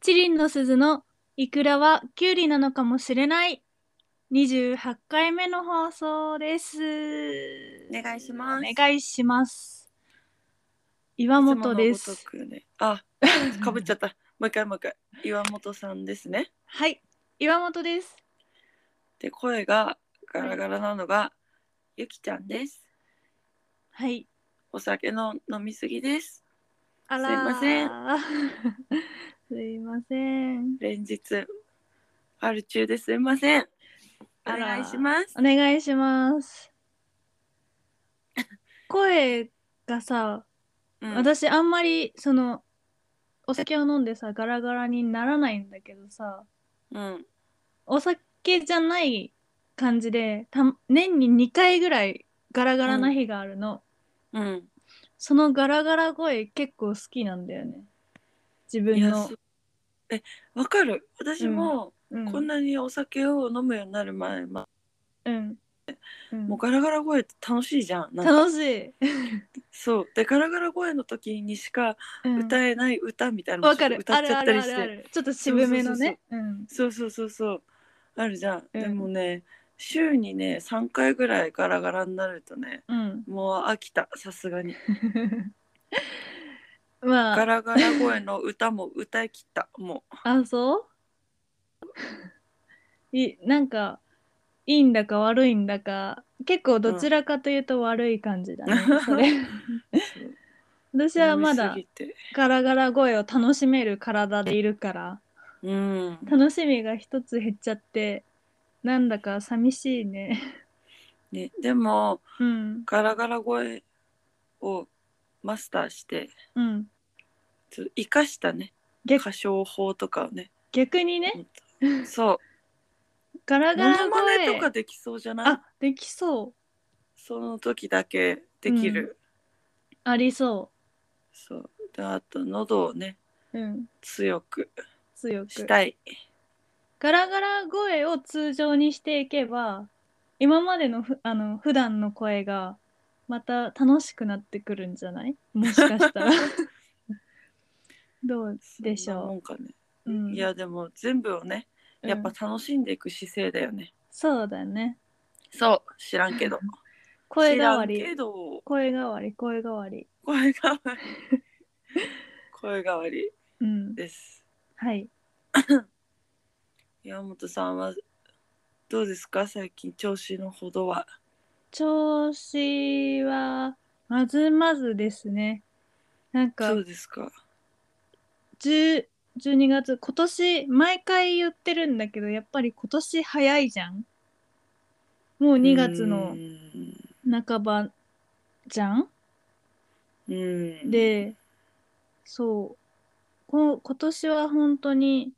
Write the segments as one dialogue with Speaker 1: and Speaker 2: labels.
Speaker 1: チリンの鈴のイクラはキュウリなのかもしれない28回目の放送です。
Speaker 2: お願いします
Speaker 1: お願いします。岩本です。
Speaker 2: いつものごとくねあ、かぶっちゃった。もう一回もう一回。岩本さんですね。
Speaker 1: はい、岩本です。
Speaker 2: で、声がガラガラなのが、ゆきちゃんです。
Speaker 1: はい。
Speaker 2: お酒の飲みすぎです。
Speaker 1: あらー。 すいません。
Speaker 2: 連日、ある中ですいません。お
Speaker 1: あら
Speaker 2: 願いします。
Speaker 1: お願いし ます。声がさ、
Speaker 2: うん、
Speaker 1: 私あんまりそのお酒を飲んでさガラガラにならないんだけどさ
Speaker 2: うん。
Speaker 1: お酒じゃない感じでた年に2回ぐらいガラガラな日があるの、
Speaker 2: うん。
Speaker 1: そのガラガラ声結構好きなんだよね自
Speaker 2: い
Speaker 1: 分
Speaker 2: や、
Speaker 1: の
Speaker 2: そ、え、わかる。私も、
Speaker 1: うん、
Speaker 2: こんなにお酒を飲むようになる前、ま
Speaker 1: うん、うん
Speaker 2: もうガラガラ声って楽しいじゃん。なんか
Speaker 1: 楽しい、
Speaker 2: そう。で、ガラガラ声の時にしか、
Speaker 1: うん
Speaker 2: 歌えない歌みたいなの
Speaker 1: わかる
Speaker 2: 歌
Speaker 1: あ
Speaker 2: っち
Speaker 1: る
Speaker 2: ゃ
Speaker 1: あ
Speaker 2: っ
Speaker 1: る
Speaker 2: たり
Speaker 1: あ
Speaker 2: し
Speaker 1: るあ
Speaker 2: て
Speaker 1: るちょっと渋めのね
Speaker 2: そうそうそうそうあるじゃん、
Speaker 1: うん
Speaker 2: でもね週にね3回ぐらいガラガラになるとね
Speaker 1: うん
Speaker 2: もう飽きたさすがに
Speaker 1: うんま
Speaker 2: ガ
Speaker 1: あ
Speaker 2: ラガラ声の歌も歌い切ったも
Speaker 1: あそういなんかいいんだか悪いんだか結構どちらかというと悪い感じだね、
Speaker 2: うん
Speaker 1: そ れ私
Speaker 2: う
Speaker 1: はまだ
Speaker 2: 飲みすぎて
Speaker 1: ガラガラ声を楽しめる体でいるから
Speaker 2: うん
Speaker 1: 楽しみが一つ減っちゃってなんだか寂しいね
Speaker 2: ね、でも
Speaker 1: うん
Speaker 2: ガラガラ声をマスターして
Speaker 1: うん
Speaker 2: ちょっと生かしたね
Speaker 1: げ
Speaker 2: 歌唱法とかをね
Speaker 1: 逆にね
Speaker 2: そう
Speaker 1: ガラ
Speaker 2: モ
Speaker 1: ガラ
Speaker 2: ノマネ
Speaker 1: 声
Speaker 2: とかできそうじゃない
Speaker 1: あできそう
Speaker 2: その時だけできる、
Speaker 1: うんありそ
Speaker 2: そうであと喉をね
Speaker 1: ううん
Speaker 2: 強く
Speaker 1: 強く
Speaker 2: したい
Speaker 1: ガラガラ声を通常にしていけば今までのふあの普段の声がまた楽しくなってくるんじゃないもしかした らどうでし
Speaker 2: そんなも
Speaker 1: ょ
Speaker 2: んかね、
Speaker 1: う、うん、
Speaker 2: いやでも全部をねやっ
Speaker 1: う
Speaker 2: ぱ
Speaker 1: ん
Speaker 2: 楽しんでいく姿勢だよね、
Speaker 1: そうだね
Speaker 2: そう知らんけど
Speaker 1: 声
Speaker 2: 知
Speaker 1: 変
Speaker 2: ら
Speaker 1: わ
Speaker 2: ん
Speaker 1: り
Speaker 2: けど
Speaker 1: 声変わり声変わり
Speaker 2: 声変わり 声変わり
Speaker 1: うん
Speaker 2: です
Speaker 1: はい
Speaker 2: 山本さんはどうですか最近調子のほどは
Speaker 1: 調子はまずまずですねなんか
Speaker 2: そうですか
Speaker 1: 10 12月今年毎回言ってるんだけどやっぱり今年早いじゃんもう2月
Speaker 2: う
Speaker 1: の
Speaker 2: ん
Speaker 1: 半ばじゃん
Speaker 2: うん
Speaker 1: でそうこ今年は本当に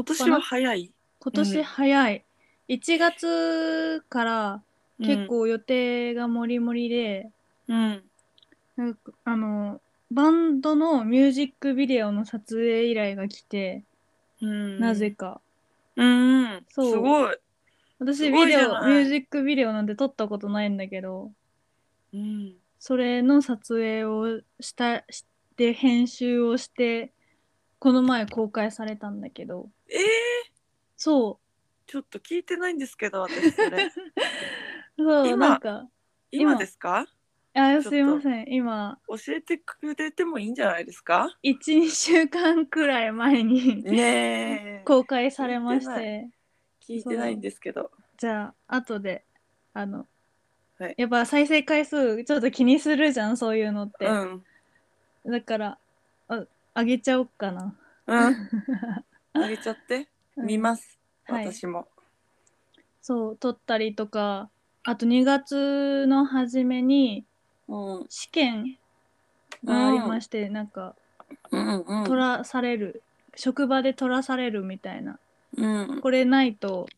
Speaker 1: 初っ
Speaker 2: 年は
Speaker 1: 端
Speaker 2: 早い
Speaker 1: 今年早い、1月から結構予定がもりもりで、
Speaker 2: うん
Speaker 1: なんかあのバンドのミュージックビデオの撮影依頼が来て、
Speaker 2: うん
Speaker 1: なぜか
Speaker 2: うんす
Speaker 1: そう
Speaker 2: ごい
Speaker 1: 私
Speaker 2: す
Speaker 1: ビ
Speaker 2: ごい
Speaker 1: デ
Speaker 2: じゃ
Speaker 1: オ
Speaker 2: ない
Speaker 1: ミュージックビデオなんて撮ったことないんだけど
Speaker 2: うん
Speaker 1: それの撮影をしたして編集をしてこの前公開されたんだけど
Speaker 2: えー、
Speaker 1: そ
Speaker 2: ちょっと聞いてないんですけど私それ
Speaker 1: うそう
Speaker 2: 今
Speaker 1: なんか 今
Speaker 2: 今ですか
Speaker 1: あ
Speaker 2: ちょっと
Speaker 1: すいません今
Speaker 2: 教えてくれてもいいんじゃないですか
Speaker 1: 12週間くらい前に
Speaker 2: ねえ
Speaker 1: 公開されまし
Speaker 2: 聞いて
Speaker 1: て
Speaker 2: 聞いてないんですけど
Speaker 1: じゃあ後であの、
Speaker 2: はい
Speaker 1: やっぱ再生回数ちょっと気にするじゃんそういうのって、
Speaker 2: うん
Speaker 1: だからああげちゃおっかな、
Speaker 2: うんあげちゃって
Speaker 1: うん
Speaker 2: 見ます、
Speaker 1: はい
Speaker 2: 私も
Speaker 1: そう撮ったりとかあと2月の初めに
Speaker 2: うん
Speaker 1: 試験がありまして、なんか
Speaker 2: うんうん
Speaker 1: 取らされる、職場で取らされるみたいな
Speaker 2: うん
Speaker 1: これないと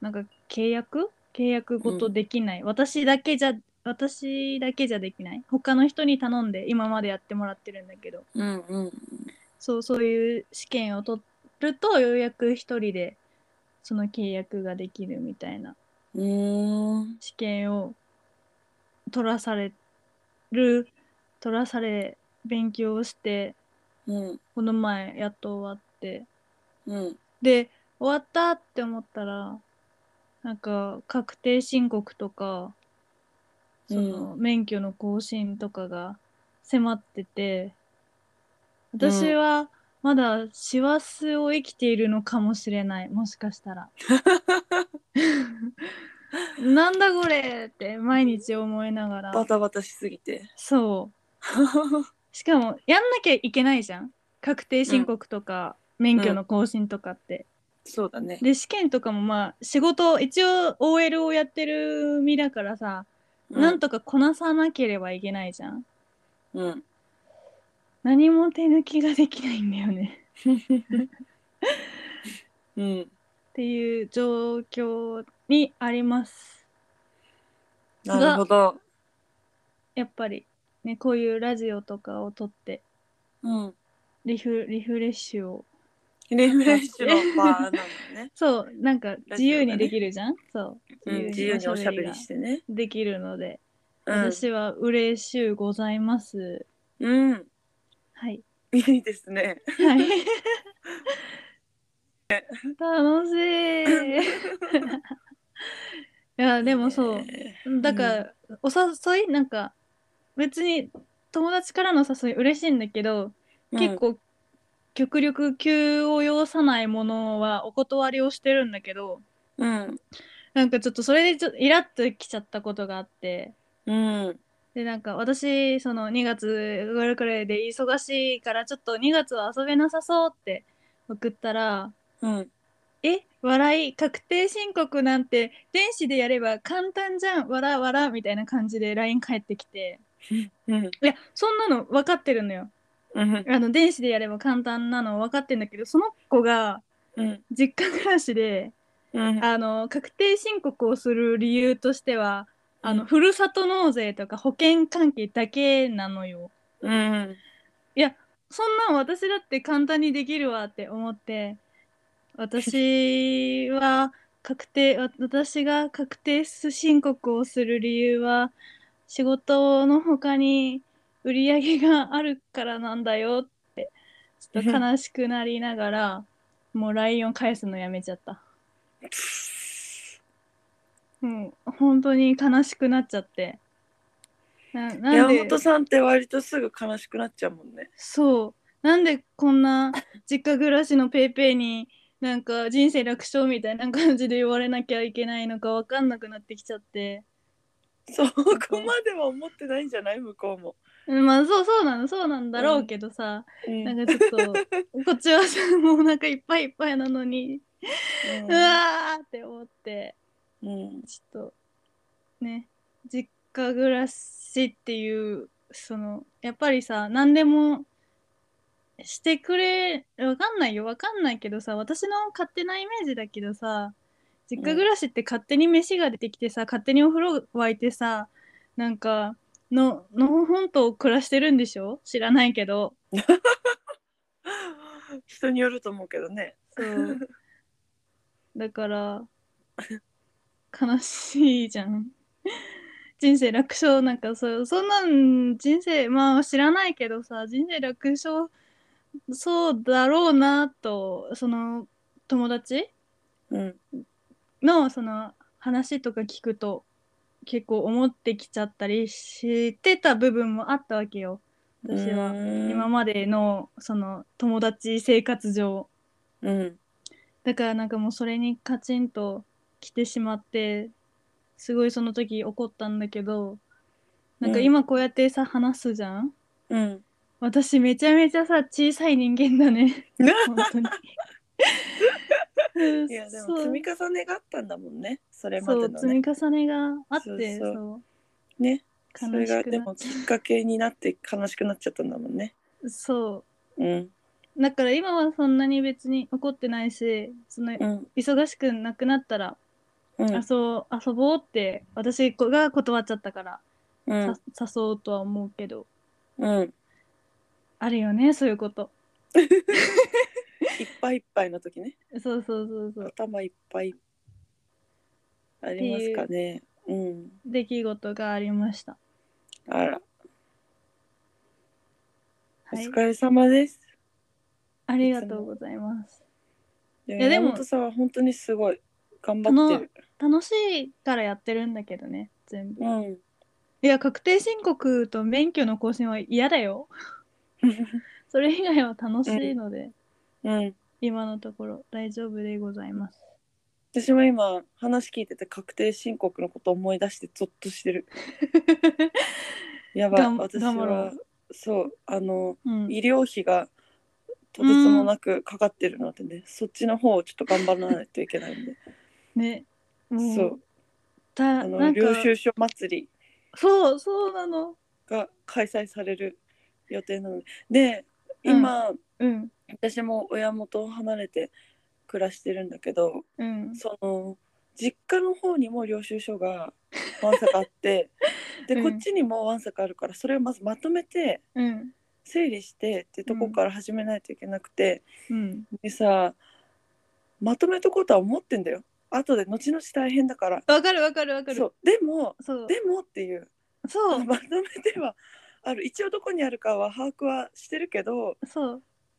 Speaker 1: なんか契約契約ごとできない、私だけじゃ私だけじゃできない他の人に頼んで今までやってもらってるんだけど
Speaker 2: うんうん
Speaker 1: そうそういう試験を取るとようやく一人でその契約ができるみたいな
Speaker 2: うーん
Speaker 1: 試験を取らされる取らされ勉強をして
Speaker 2: うん
Speaker 1: この前やっと終わって
Speaker 2: うん。
Speaker 1: で終わったって思ったらなんか確定申告とかその免許の更新とかが迫ってて私はまだ師走を生きているのかもしれないもしかしたら。なんだこれって毎日思いなが
Speaker 2: バ
Speaker 1: ら
Speaker 2: タバタしすぎて。
Speaker 1: そうしかもやんなきゃいけないじゃん確定申告とか、免許の更新とかって、
Speaker 2: そうだね。
Speaker 1: で試験とかもまあ仕事一応 OL をやってる身だからさ、なん
Speaker 2: と。
Speaker 1: とかこなさなければいけないじゃん
Speaker 2: うん。
Speaker 1: 何も手抜きができないんだよね
Speaker 2: うん。
Speaker 1: っていう状況にあります
Speaker 2: なるほど。
Speaker 1: やっぱりねこういうラジオとかを撮って
Speaker 2: うん。
Speaker 1: リフリフレッシュを
Speaker 2: リフレッシュの 場なんだね。
Speaker 1: そうなんか自由にできるじゃん、そう
Speaker 2: うん、自由におしゃべりしてね。
Speaker 1: できるので、
Speaker 2: うん。
Speaker 1: 私は嬉しゅうございます。
Speaker 2: うん。
Speaker 1: はい。
Speaker 2: いいですね。
Speaker 1: はい。 楽しい。い や、でもそう。
Speaker 2: え
Speaker 1: だから、お誘いなんか、別に友達からの誘い嬉しいんだけど、
Speaker 2: ー。
Speaker 1: 結構、極力急を要さないものはお断りをしてるんだけど、
Speaker 2: うん。
Speaker 1: なんかちょっとそれでちょっとイラッときちゃったことがあって、
Speaker 2: うん。うん。
Speaker 1: でなんか私その2月ぐらいくらいで忙しいからちょっと2月は遊べなさそうって送ったら
Speaker 2: うん。
Speaker 1: 「え笑い確定申告なんて電子でやれば簡単じゃん笑笑」みたいな感じで LINE 返ってきて
Speaker 2: うん。
Speaker 1: いやそんなの分かってるのよ
Speaker 2: うん。
Speaker 1: あの電子でやれば簡単なの分かってるんだけどその子が
Speaker 2: うん。
Speaker 1: 実家暮らしで
Speaker 2: うん。
Speaker 1: あの確定申告をする理由としてはあのふるさと納税とか保険関係だけなのよ。
Speaker 2: うん。
Speaker 1: そんなん私だって簡単にできるわって思って私は確定わ私が確定申告をする理由は仕事の他に売り上げがあるからなんだよってちょっと悲しくなりながらもう LINE を返すのやめちゃったもう本当に悲しくなっちゃってななん
Speaker 2: 山
Speaker 1: で
Speaker 2: 本さんって割とすぐ悲しくなっちゃうもんね。
Speaker 1: そうなんでこんな実家暮らしのペイペイになんか人生楽勝みたいな感じで言われなきゃいけないのか分かんなくなってきちゃって
Speaker 2: そこまでは思ってないんじゃない向こうも。
Speaker 1: うんまあそうそうなのそうなんだろうけどさ、
Speaker 2: うん
Speaker 1: なんかちょっとこっちはさもうお腹いっぱいいっぱいなのに、うわーって思って
Speaker 2: うん。
Speaker 1: ちょっとね実家暮らしっていうそのやっぱりさ何でもしてくれわかんないよわかんないけどさ私の勝手なイメージだけどさ実家暮らしって勝手に飯が出てきてさ、勝手にお風呂沸いてさなんかののほほんと暮らしてるんでしょ知らないけど
Speaker 2: 人によると思うけどね。
Speaker 1: そうだから悲しいじゃん人生楽勝なんかそうそんなん人生まあ知らないけどさ人生楽勝そうだろうなとその友達
Speaker 2: うん。
Speaker 1: のその話とか聞くと結構思ってきちゃったりしてた部分もあったわけよ私は今
Speaker 2: 今
Speaker 1: までのその友達生活上
Speaker 2: うん。
Speaker 1: だからなんかもうそれにカチンと来てしまってすごいその時怒ったんだけどなんか今こうやってさ、話すじゃん
Speaker 2: うん。
Speaker 1: 私めちゃめちゃさ小さい人間だ ね本当にうん
Speaker 2: いやでも
Speaker 1: そう
Speaker 2: 積み重ねがあったんだもんね。それま
Speaker 1: そ
Speaker 2: で
Speaker 1: う
Speaker 2: の
Speaker 1: 積
Speaker 2: ね
Speaker 1: み。重ねがあって
Speaker 2: そ
Speaker 1: そうう
Speaker 2: ね。そ
Speaker 1: 悲
Speaker 2: れ
Speaker 1: し
Speaker 2: が
Speaker 1: く
Speaker 2: で
Speaker 1: なっ
Speaker 2: もきっかけになって悲しくなっちゃったんだもんね。
Speaker 1: そ
Speaker 2: うん。
Speaker 1: うだから今はそんなに別に怒ってないしその
Speaker 2: うん。
Speaker 1: 忙しくなくなったら
Speaker 2: うん。
Speaker 1: 遊遊ぼうって私が断っちゃったから
Speaker 2: うん
Speaker 1: さ。誘おうとは思うけど
Speaker 2: うん。
Speaker 1: あるよねそういうこと
Speaker 2: いっぱいいっぱいの時ね。
Speaker 1: そうそうそうそう
Speaker 2: 頭いっぱい。ありますかね。うん。
Speaker 1: 出来事がありました
Speaker 2: あら。お
Speaker 1: はい
Speaker 2: 疲れ様です。
Speaker 1: おありがとうございます。
Speaker 2: い
Speaker 1: いやでも
Speaker 2: 山本さんは本当にすごい頑張ってる。
Speaker 1: 楽しいからやってるんだけどね、全部。
Speaker 2: うん。
Speaker 1: いや、確定申告と免許の更新は嫌だよ。それ以外は楽しいので、
Speaker 2: うん。
Speaker 1: 今のところ大丈夫でございます。
Speaker 2: 私も今話聞いてて確定申告のこと思い出してゾッとし てる。やば
Speaker 1: が
Speaker 2: い。
Speaker 1: ん
Speaker 2: 私
Speaker 1: 頑張ろ
Speaker 2: はそうあの
Speaker 1: うん、
Speaker 2: 医療費がとてつもなくかかってるのでね、そっちの方をちょっと頑張らないといけないんで。
Speaker 1: ね。も
Speaker 2: そう。
Speaker 1: たな
Speaker 2: あの
Speaker 1: んか
Speaker 2: 領収書祭り
Speaker 1: そうそうなの。
Speaker 2: が開催される予定なので。で
Speaker 1: うん
Speaker 2: 今、
Speaker 1: うん
Speaker 2: 私も親元を離れて暮らしてるんだけど
Speaker 1: うん。
Speaker 2: その実家の方にも領収書がわんさかあって で、
Speaker 1: うん
Speaker 2: こっちにもわんさかあるからそれをまずまとめて
Speaker 1: うん
Speaker 2: 整理してってとこから始めないといけなくて、
Speaker 1: うん。
Speaker 2: でさまとめとこうとは思ってんだよ後で後々大変だから
Speaker 1: わかるわかるわかる。
Speaker 2: そ
Speaker 1: そう
Speaker 2: うでも
Speaker 1: そう
Speaker 2: でもっていうま
Speaker 1: そう
Speaker 2: とめてはある一応どこにあるかは把握はしてるけど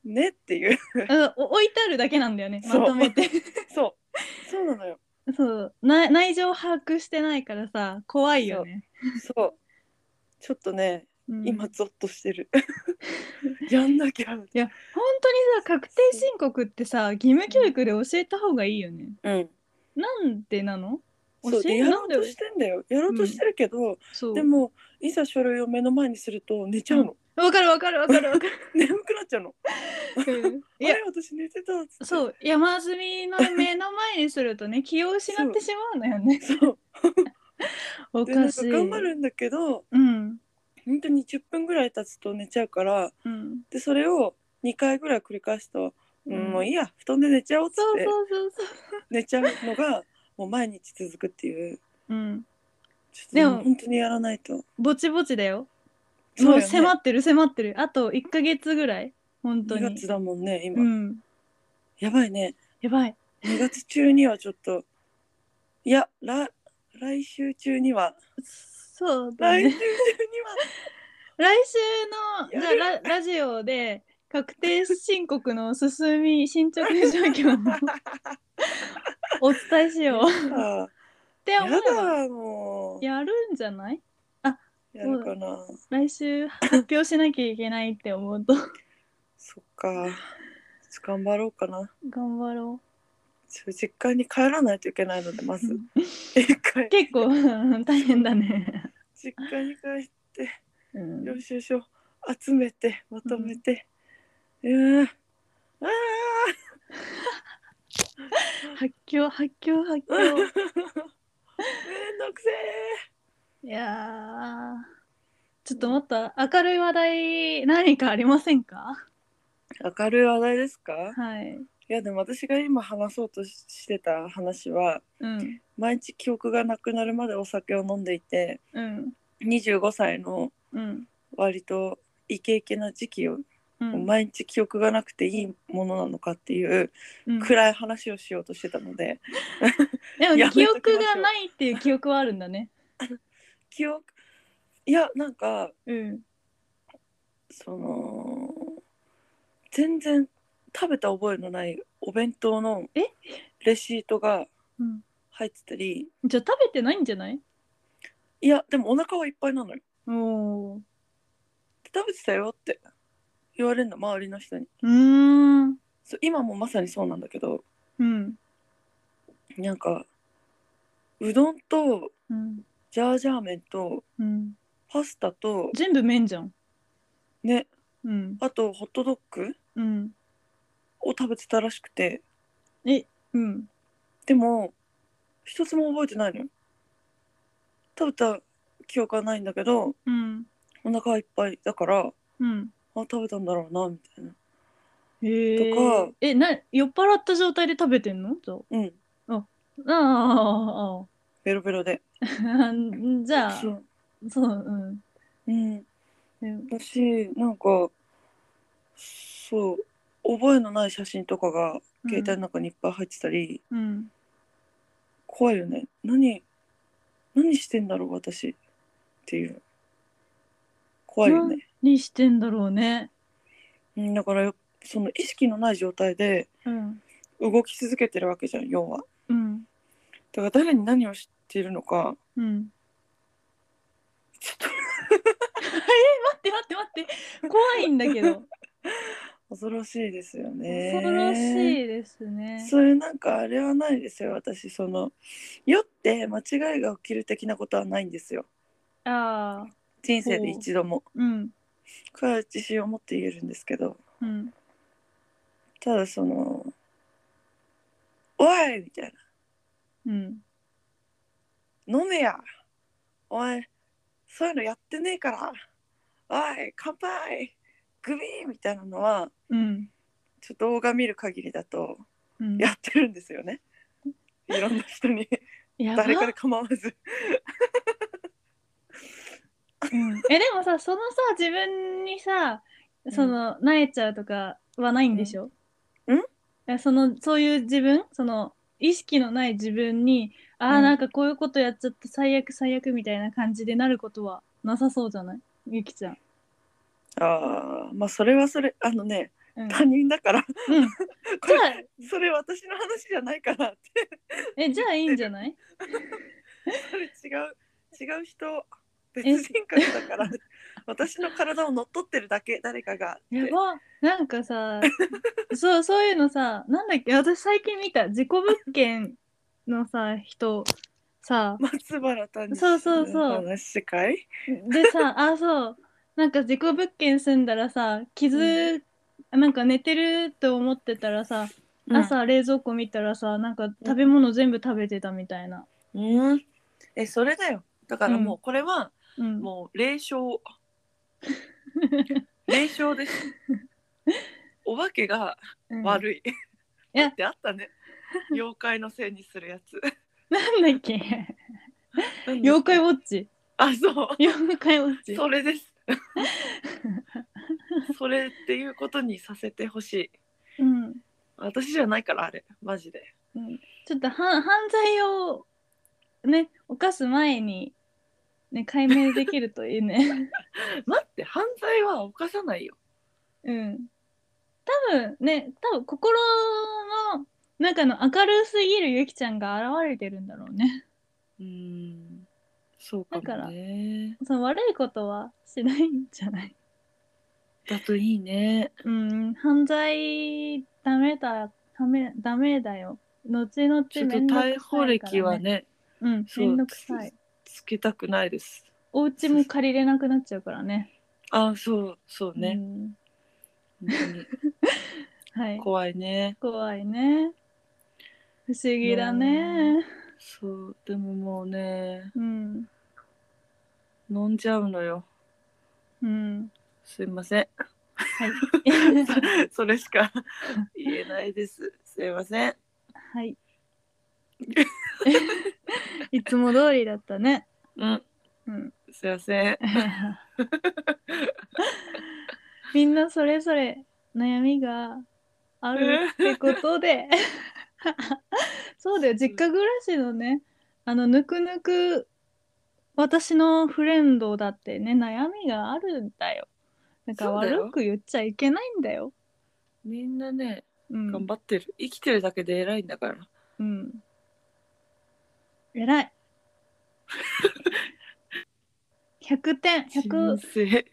Speaker 2: ねっ ていう
Speaker 1: うんお置いてあるだけなんだよね。ま
Speaker 2: そう
Speaker 1: とめて。
Speaker 2: そうそうなのよ
Speaker 1: そうな内情把握してないからさ怖いよね。
Speaker 2: そう。ちょっとね、
Speaker 1: うん
Speaker 2: 今
Speaker 1: 本
Speaker 2: ゾッとして る。やんなきゃ。
Speaker 1: 当にさ確定申告ってさ義務教育で教えた方がいいよね。
Speaker 2: うん。
Speaker 1: なんでなの？
Speaker 2: そう
Speaker 1: 教え
Speaker 2: でやろうとしてんだよ。やろうとしてるけど、
Speaker 1: そう。
Speaker 2: でもいざ書類を目の前にすると寝ちゃうの。
Speaker 1: わかるわかるわかるわか
Speaker 2: 眠くなっちゃうの。
Speaker 1: る。 うん
Speaker 2: あ
Speaker 1: いや
Speaker 2: れ私寝てたっつって。
Speaker 1: そう山積みの目の前にするとね気を失ってしまうのよね。
Speaker 2: そう。
Speaker 1: お
Speaker 2: でな
Speaker 1: か
Speaker 2: ん
Speaker 1: し
Speaker 2: か
Speaker 1: い。
Speaker 2: 頑張るんだけど、
Speaker 1: うん
Speaker 2: 本当に10分ぐらい経つと寝ちゃうから、
Speaker 1: うん。
Speaker 2: でそれを2回ぐらい繰り返すと、うんもういいや布団で寝ちゃおうっつっ
Speaker 1: そう
Speaker 2: て
Speaker 1: そうそうそう。
Speaker 2: 寝ちゃうのがもう毎日続くっていう。
Speaker 1: うん。
Speaker 2: ち
Speaker 1: で
Speaker 2: ょ
Speaker 1: も
Speaker 2: っと本当にやらないと。
Speaker 1: ぼちぼちだよ。
Speaker 2: そう
Speaker 1: も
Speaker 2: よ
Speaker 1: う
Speaker 2: ね
Speaker 1: 迫ってる迫ってる。あと1ヶ月ぐらい。本当
Speaker 2: 2
Speaker 1: に
Speaker 2: 月。だもんね今、
Speaker 1: うん。
Speaker 2: やばいね
Speaker 1: やばい。
Speaker 2: 2月中にはちょっといやら来週中には
Speaker 1: そうだ
Speaker 2: 来週
Speaker 1: ね。
Speaker 2: 中に
Speaker 1: 来週
Speaker 2: や
Speaker 1: のララジオで確定申告の進み進捗状況 もお伝えしよう。っ
Speaker 2: は
Speaker 1: て
Speaker 2: や
Speaker 1: 思えば
Speaker 2: だもうや
Speaker 1: やるんじゃない
Speaker 2: るかな
Speaker 1: 来週発表しなきゃいけないって思 うと
Speaker 2: そっかちょっと頑張ろうかな
Speaker 1: 頑張ろ
Speaker 2: ちょっと実家に帰らないといけないのでまず
Speaker 1: う。
Speaker 2: 一回
Speaker 1: 結構大変だね。
Speaker 2: 実家に帰って
Speaker 1: うん
Speaker 2: 領収書集めてまとめて、うん、あ
Speaker 1: 発狂発狂発狂
Speaker 2: あめんど くせ
Speaker 1: いやーちょっともっと明るい話題何かありませんか
Speaker 2: ー明るい話題ですか
Speaker 1: はい、
Speaker 2: いやでも私が今話そうとしてた話は
Speaker 1: うん
Speaker 2: 毎日記憶がなくなるまでお酒を飲んでいて
Speaker 1: うん
Speaker 2: 25歳の
Speaker 1: うん
Speaker 2: 割とイケイケな時期を
Speaker 1: うん
Speaker 2: 毎日記憶がなくていいものなのかっていう
Speaker 1: うん
Speaker 2: 暗い話をしようとしてたので
Speaker 1: で
Speaker 2: や
Speaker 1: も
Speaker 2: めときま
Speaker 1: 記
Speaker 2: しょう
Speaker 1: 憶がないっていう記憶はあるんだね
Speaker 2: 記憶いやなんか
Speaker 1: うん
Speaker 2: その全然食べた覚えのないお弁当の
Speaker 1: え
Speaker 2: レシートが
Speaker 1: うん
Speaker 2: 入ってたり
Speaker 1: じゃあ食べてないんじゃない
Speaker 2: いやでもお腹はいっぱいなのよ
Speaker 1: おー
Speaker 2: 食べてたよって言われるの周りの人に
Speaker 1: うーん
Speaker 2: そう今もまさにそうなんだけど
Speaker 1: うん
Speaker 2: なんかうどんと
Speaker 1: うん
Speaker 2: ジャージャー麺と
Speaker 1: うん
Speaker 2: パスタと
Speaker 1: 全部麺じゃん
Speaker 2: ね
Speaker 1: うん
Speaker 2: あとホットドッグ
Speaker 1: うん
Speaker 2: を食べてたらしくて
Speaker 1: うん
Speaker 2: でも一つも覚えてないのよ食べた記憶はないんだけど
Speaker 1: うん
Speaker 2: お腹はいっぱいだからあ
Speaker 1: うん
Speaker 2: 食べたんだろうなみたいな
Speaker 1: へー
Speaker 2: とか
Speaker 1: えな酔っ払った状態で食べてんのじゃあ
Speaker 2: うん
Speaker 1: あ
Speaker 2: ベロベロで
Speaker 1: あ じゃあ
Speaker 2: そう
Speaker 1: そううん
Speaker 2: うん
Speaker 1: ね
Speaker 2: 私なんかそう覚えのない写真とかが携帯の中にいっぱい入ってたり、
Speaker 1: うん
Speaker 2: 怖いよね何何してんだろう私っていう怖いよね、
Speaker 1: 何してんだろうね
Speaker 2: うんだからよその意識のない状態で
Speaker 1: うん
Speaker 2: 動き続けてるわけじゃん要は。
Speaker 1: うん
Speaker 2: だから誰に何を知っているのか
Speaker 1: うん
Speaker 2: ち ょっ
Speaker 1: 待って待って待って怖いんだけど
Speaker 2: と恐ろしいですよね。
Speaker 1: 恐ろしいですね
Speaker 2: それなんかあれはないですよ私その酔って間違いが起きる的なことはないんですよ
Speaker 1: ああ
Speaker 2: 人生で一度も
Speaker 1: うん
Speaker 2: これは自信を持って言えるんですけど
Speaker 1: うん
Speaker 2: ただその「おい!」みたい
Speaker 1: うん
Speaker 2: な「飲めやお前そういうのやってねえからおい乾杯グビー!」みたいなのは
Speaker 1: うん
Speaker 2: ちょっと動画見る限りだと
Speaker 1: うん
Speaker 2: やってるんですよね、いろんな人に
Speaker 1: やば
Speaker 2: 誰から構わず
Speaker 1: うんえでもさそのさ自分にさその、なえちゃうとかはないんでしょ、
Speaker 2: うんん
Speaker 1: いやそのそういう自分その意識のない自分にあー、
Speaker 2: うん
Speaker 1: なんかこういうことやっちゃって最悪最悪みたいな感じでなることはなさそうじゃないゆきちゃん。
Speaker 2: ああまあそれはそれあのね
Speaker 1: うん、
Speaker 2: 他人だから
Speaker 1: うん、
Speaker 2: こ
Speaker 1: じゃ
Speaker 2: れそれ私の話じゃないからって
Speaker 1: あえじゃあいいんじゃ ない
Speaker 2: それ違う違う人別人格だから 私の体を乗っ取ってるだけ誰かがって
Speaker 1: やばなんか さそうそういうのさなんだっけ私最近見た事故物件のさ人さ
Speaker 2: 松原谷
Speaker 1: そうそうそう
Speaker 2: の話かい
Speaker 1: で さあそうなんか事故物件住んだらさ傷、なんか寝てると思ってたらさ、朝冷蔵庫見たらさなんか食べ物全部食べてたみたいな、
Speaker 2: うん、うんえそれだよだからもうこれは
Speaker 1: うん、
Speaker 2: もう 霊障霊障ですお化けが
Speaker 1: うん
Speaker 2: 悪い、
Speaker 1: いや
Speaker 2: だってあったね妖怪のせいにするやつ
Speaker 1: なんだっ け妖怪ウォッチ
Speaker 2: あそう
Speaker 1: 妖怪ウォッチ
Speaker 2: それです。 それっていうことにさせてほしい。
Speaker 1: うん
Speaker 2: 私じゃないからあれ、マジで。
Speaker 1: うんちょっとはん犯罪をね犯す前にね解明できるといい ね
Speaker 2: 待って、犯罪は犯さないよ。
Speaker 1: うん多分ね多分心の中の明るすぎるゆきちゃんが現れてるんだろうね
Speaker 2: うん。そう
Speaker 1: か
Speaker 2: か
Speaker 1: もね
Speaker 2: もね。
Speaker 1: その悪いことはしないんじゃない
Speaker 2: だといいね。
Speaker 1: うん犯罪ダメだダメダメだよ後々
Speaker 2: ちょっと
Speaker 1: めんどくさい
Speaker 2: 逮捕歴は
Speaker 1: ね
Speaker 2: ね、
Speaker 1: うん
Speaker 2: そう
Speaker 1: めんどくさい
Speaker 2: つけたくないです。
Speaker 1: お家も借りれなくなっちゃうからね
Speaker 2: あ、そう、そう
Speaker 1: う
Speaker 2: ね。
Speaker 1: んは
Speaker 2: 本
Speaker 1: い
Speaker 2: 当に怖いね。
Speaker 1: 怖いね不思議だね
Speaker 2: そう、でももうね、
Speaker 1: うん
Speaker 2: 飲んじゃうのよ。
Speaker 1: うん
Speaker 2: すいません。
Speaker 1: はい
Speaker 2: それ しか言えないです。すいません。
Speaker 1: はい いつも通りだったね
Speaker 2: うん。
Speaker 1: うん
Speaker 2: すいませ ん。
Speaker 1: みんなそれぞれ悩みがあるってこと でそうだよ実家暮らしのねあのぬくぬく私のフレンドだってね悩みがあるんだよなんか
Speaker 2: そうだよ
Speaker 1: 悪く言っちゃいけないんだよ
Speaker 2: みんなね、
Speaker 1: うん
Speaker 2: 頑張ってる。生きてるだけで偉いんだから。
Speaker 1: うん偉い 100点100
Speaker 2: 人生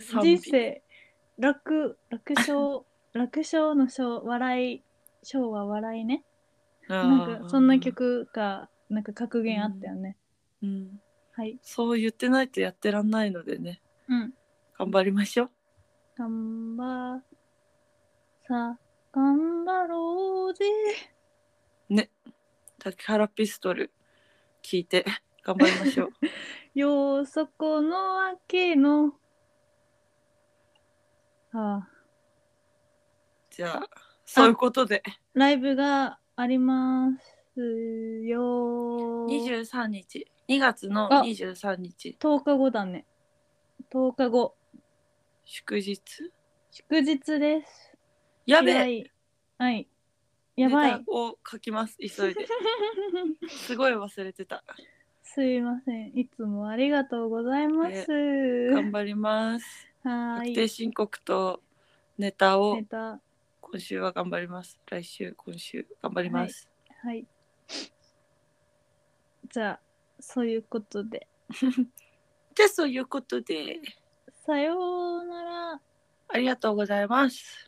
Speaker 2: 賛美
Speaker 1: 人生楽楽勝 楽勝の勝笑い勝は笑いね
Speaker 2: あー
Speaker 1: なんかそんな曲がなんか格言あったよね、
Speaker 2: うん。
Speaker 1: はい
Speaker 2: そう言ってないとやってらんないのでね。
Speaker 1: うん
Speaker 2: 頑張りましょう。
Speaker 1: 頑張さあ頑張ろうぜ
Speaker 2: ね。竹原ピストル聞いて頑張りま しょう。
Speaker 1: よそこのあけのああ
Speaker 2: じゃあ、そういうことで。
Speaker 1: ライブがありますよ10
Speaker 2: 23日、2月の
Speaker 1: あ
Speaker 2: 23日、
Speaker 1: 日後だね10日後
Speaker 2: 祝日。
Speaker 1: 祝日です
Speaker 2: やべ
Speaker 1: は
Speaker 2: え
Speaker 1: い。はい。やば
Speaker 2: ネ
Speaker 1: い。
Speaker 2: タを書きます急いですごい忘れてた
Speaker 1: すいません。いつもありがとうございます。
Speaker 2: 頑張ります
Speaker 1: はー
Speaker 2: 確
Speaker 1: い
Speaker 2: 定。申告とネタを
Speaker 1: ネタ
Speaker 2: 今週は頑張ります。来週、今週頑張ります。
Speaker 1: はい。じゃあ、そういうことで。
Speaker 2: じゃあそういうことで、
Speaker 1: さようなら。
Speaker 2: ありがとうございます。